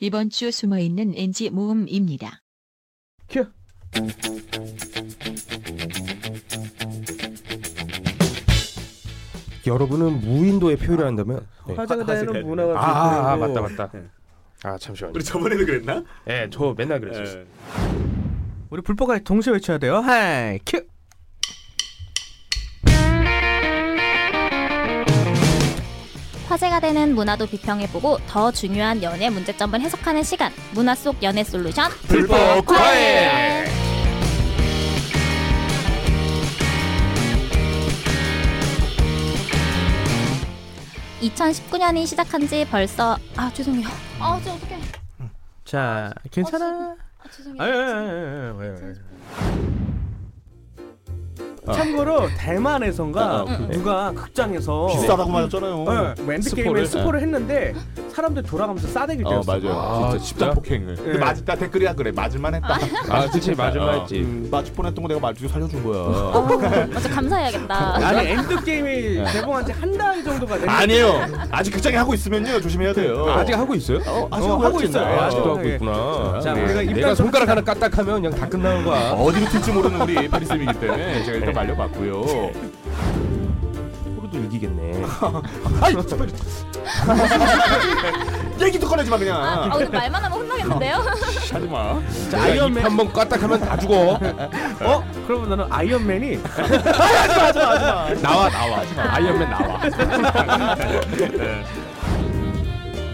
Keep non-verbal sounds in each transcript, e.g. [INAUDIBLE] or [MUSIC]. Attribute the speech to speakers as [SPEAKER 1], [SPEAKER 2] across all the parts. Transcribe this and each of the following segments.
[SPEAKER 1] 이번 주 숨어있는 NG 모음입니다.
[SPEAKER 2] 큐.
[SPEAKER 3] 여러분은 무인도에 표현을 한다면 네.
[SPEAKER 4] 화-
[SPEAKER 2] 화제가
[SPEAKER 4] 화제가
[SPEAKER 2] 되는
[SPEAKER 4] 되는
[SPEAKER 2] 문화가
[SPEAKER 3] 아, 아, 아,
[SPEAKER 2] 그렇고.
[SPEAKER 3] 맞다 맞다
[SPEAKER 4] 네.
[SPEAKER 3] 아 잠시만요
[SPEAKER 4] 우리 저번에도 그랬나?
[SPEAKER 3] 예, 저 맨날 그랬어요
[SPEAKER 4] 예.
[SPEAKER 2] 우리 불법까지 동시에 외쳐야 돼요. 하이 큐.
[SPEAKER 5] 화제가 되는 문화도 비평해보고 더 중요한 연애 문제점을 해석하는 시간 문화 속 연애 솔루션
[SPEAKER 3] 불법
[SPEAKER 5] 과외! 이 2019년이 시작한 지 벌써 아 죄송해요 아저 어떡해
[SPEAKER 2] 자, 어, 괜찮아.
[SPEAKER 5] 아
[SPEAKER 2] 아, 예, 예,
[SPEAKER 5] 죄송해요
[SPEAKER 2] 예, 예, 예.
[SPEAKER 4] 아.
[SPEAKER 2] 참고로 대만에선가 어.
[SPEAKER 4] 아, 아,
[SPEAKER 2] 누가 극장에서
[SPEAKER 6] 그 비싸다고 말했잖아요.
[SPEAKER 2] 예, 엔드게임에
[SPEAKER 4] 스포를?
[SPEAKER 2] 스포를 했는데 사람들 돌아가면서 싸대기 때렸어.
[SPEAKER 3] 아,
[SPEAKER 6] 진짜 집단
[SPEAKER 3] 진짜?
[SPEAKER 6] 폭행을. 근데
[SPEAKER 2] 예.
[SPEAKER 6] 그 맞다 댓글이야 그래. 맞을만 했다.
[SPEAKER 3] 아 그치 맞아
[SPEAKER 6] 어.
[SPEAKER 3] 맞지
[SPEAKER 6] 음, 맞을 뻔했던 거 내가 말주고 살려준 거야.
[SPEAKER 5] 어. 맞아 감사해야겠다
[SPEAKER 2] 아니 엔드게임이 개봉한 지 한 달 정도가 됐는데
[SPEAKER 6] 아니에요. 아직 그 극장에 하고 있으면요 조심해야 돼요.
[SPEAKER 3] 아직 하고 있어요?
[SPEAKER 6] 어, 아직
[SPEAKER 2] 어, 하고
[SPEAKER 6] 하고 있어요.
[SPEAKER 2] 있어요.
[SPEAKER 3] 아, 아직도
[SPEAKER 2] 어,
[SPEAKER 3] 하고
[SPEAKER 2] 예.
[SPEAKER 3] 있구나
[SPEAKER 2] 자,
[SPEAKER 3] 네.
[SPEAKER 2] 우리가
[SPEAKER 3] 내가
[SPEAKER 2] 입단
[SPEAKER 3] 손가락 하나 까딱하면 그냥 다 끝나는 거야
[SPEAKER 6] 어디로 튈지 모르는 우리 페리쌤이기 때문에 제가 일단 말려봤고요.
[SPEAKER 3] 호루도 [LAUGHS] 이기겠네
[SPEAKER 6] 아이 정말 얘기도 꺼내지 마
[SPEAKER 5] 아
[SPEAKER 6] 그냥.
[SPEAKER 5] 오늘 말만 하면 혼나겠는데요
[SPEAKER 6] 하지 마.
[SPEAKER 2] 자,
[SPEAKER 3] 내가
[SPEAKER 2] 아이언맨
[SPEAKER 3] 입한번 까딱하면 다 죽어
[SPEAKER 2] 어? 그러면 나는 아이언맨이
[SPEAKER 3] 나와 나와 아이언맨 나와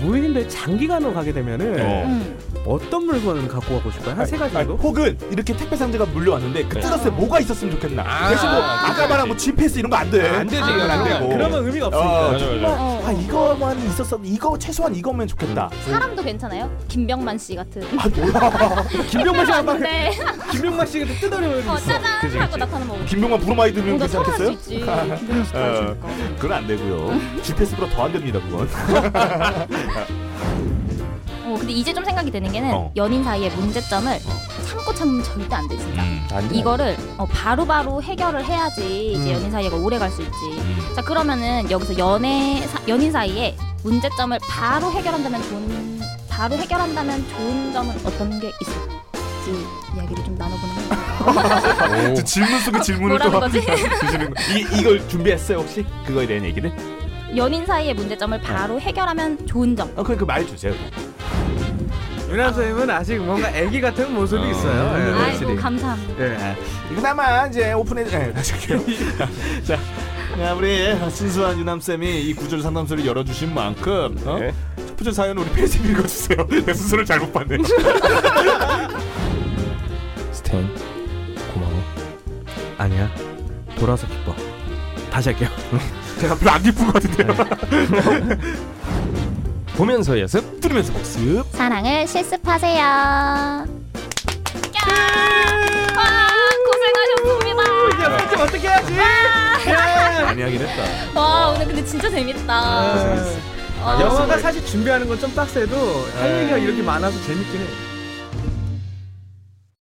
[SPEAKER 2] 무인도에 장기간으로 가게 되면은
[SPEAKER 5] 음.
[SPEAKER 2] 어. 떤 물건을 갖고 가고 싶어요? 한 세 가지
[SPEAKER 6] 네. 아니,
[SPEAKER 2] 정도?
[SPEAKER 6] 혹은 이렇게 택배 상자가 물려왔는데 그 뜯었을 때 뭐가 있었으면 좋겠나.
[SPEAKER 3] 네. 아,
[SPEAKER 6] 대신 뭐
[SPEAKER 3] 그치,
[SPEAKER 6] 아까 말한 뭐 GPS 이런 거 안 돼.
[SPEAKER 3] 안 되지 이건 아, 안 되고
[SPEAKER 2] 그러면 의미가 없으니까.
[SPEAKER 6] 어,
[SPEAKER 3] 맞아, 맞아.
[SPEAKER 5] 어.
[SPEAKER 6] 아 이거만 있었어. 이거 최소한 이거면 좋겠다.
[SPEAKER 3] 음.
[SPEAKER 5] 사람도 괜찮아요? 김병만 씨 같은
[SPEAKER 6] 아 뭐야.
[SPEAKER 2] 김병만 씨가 막
[SPEAKER 5] 근데
[SPEAKER 2] 김병만 씨가 뜨더니
[SPEAKER 5] 어 짜잔 하고 나타나면 뭐
[SPEAKER 6] 김병만 부르마이 들으면
[SPEAKER 5] 뭔가
[SPEAKER 6] 괜찮겠어요? 어.
[SPEAKER 5] 서운할 수 있지 김병만 씨 도와주니까
[SPEAKER 6] 그건 안 되고요. GPS보다 더 안 됩니다 그건.
[SPEAKER 5] 어, 근데 이제 좀 생각이 되는 게는
[SPEAKER 6] 어.
[SPEAKER 5] 연인 사이의 문제점을
[SPEAKER 2] 어.
[SPEAKER 5] 참고 참으면 절대 안 돼, 진짜.
[SPEAKER 2] 음.
[SPEAKER 3] 안 돼.
[SPEAKER 5] 이거를 어, 바로바로 해결을 해야지
[SPEAKER 2] 음.
[SPEAKER 5] 이제 연인 사이가 오래 갈 수 있지. 자, 그러면은 여기서 연애 사- 연인 사이에 문제점을 바로 해결한다면 좋은 바로 해결한다면 좋은 점은 어떤 게 있을지 이야기를 좀 나눠보는 거예요.
[SPEAKER 6] 저 질문 속에 질문을
[SPEAKER 5] 뭐라는 거지? [LAUGHS]
[SPEAKER 6] 주시는 거. 이 이걸 준비했어요 혹시? 그거에 대한 얘기를?
[SPEAKER 5] 연인 사이의
[SPEAKER 2] 어.
[SPEAKER 5] 문제점을 바로 해결하면 좋은 점.
[SPEAKER 6] 어 그럼
[SPEAKER 3] [LAUGHS]
[SPEAKER 6] 그 말해주세요.
[SPEAKER 2] 유나 선생님은 아직 뭔가 애기 같은 모습이
[SPEAKER 6] 어.
[SPEAKER 2] 있어요. 예,
[SPEAKER 6] 네,
[SPEAKER 5] 아이고
[SPEAKER 2] 확실히.
[SPEAKER 5] 감사합니다.
[SPEAKER 2] 예.
[SPEAKER 6] 그나마 이제 오픈해 네, 다시 할게요. [LAUGHS] 자, 야, 우리 순수한 유남 쌤이 이 구절 상담소를 열어주신 만큼 어?
[SPEAKER 3] 네.
[SPEAKER 6] 첫 번째 사연 우리 페이지 읽어주세요. [LAUGHS] 내 순서를 잘못 봤네.
[SPEAKER 3] 스탠 고마워
[SPEAKER 2] 아니야. 돌아서 기뻐. 다시 할게요.
[SPEAKER 6] 제가 별로 안 기쁜 것
[SPEAKER 3] 네.
[SPEAKER 6] 같은데요.
[SPEAKER 3] [LAUGHS] 보면서 예습
[SPEAKER 6] 들으면서 복습.
[SPEAKER 5] 사랑을 실습하세요. 야! 와, 고생하셨습니다.
[SPEAKER 2] 야, 어떻게 해야지? 아! 예.
[SPEAKER 6] 많이 하긴 했다.
[SPEAKER 5] 와 오늘 근데 진짜
[SPEAKER 2] 아,
[SPEAKER 5] 재밌다.
[SPEAKER 2] 네. 예. 영화가 사실 준비하는 건 좀 빡세도 할 얘기가 이렇게 많아서 재밌긴 해.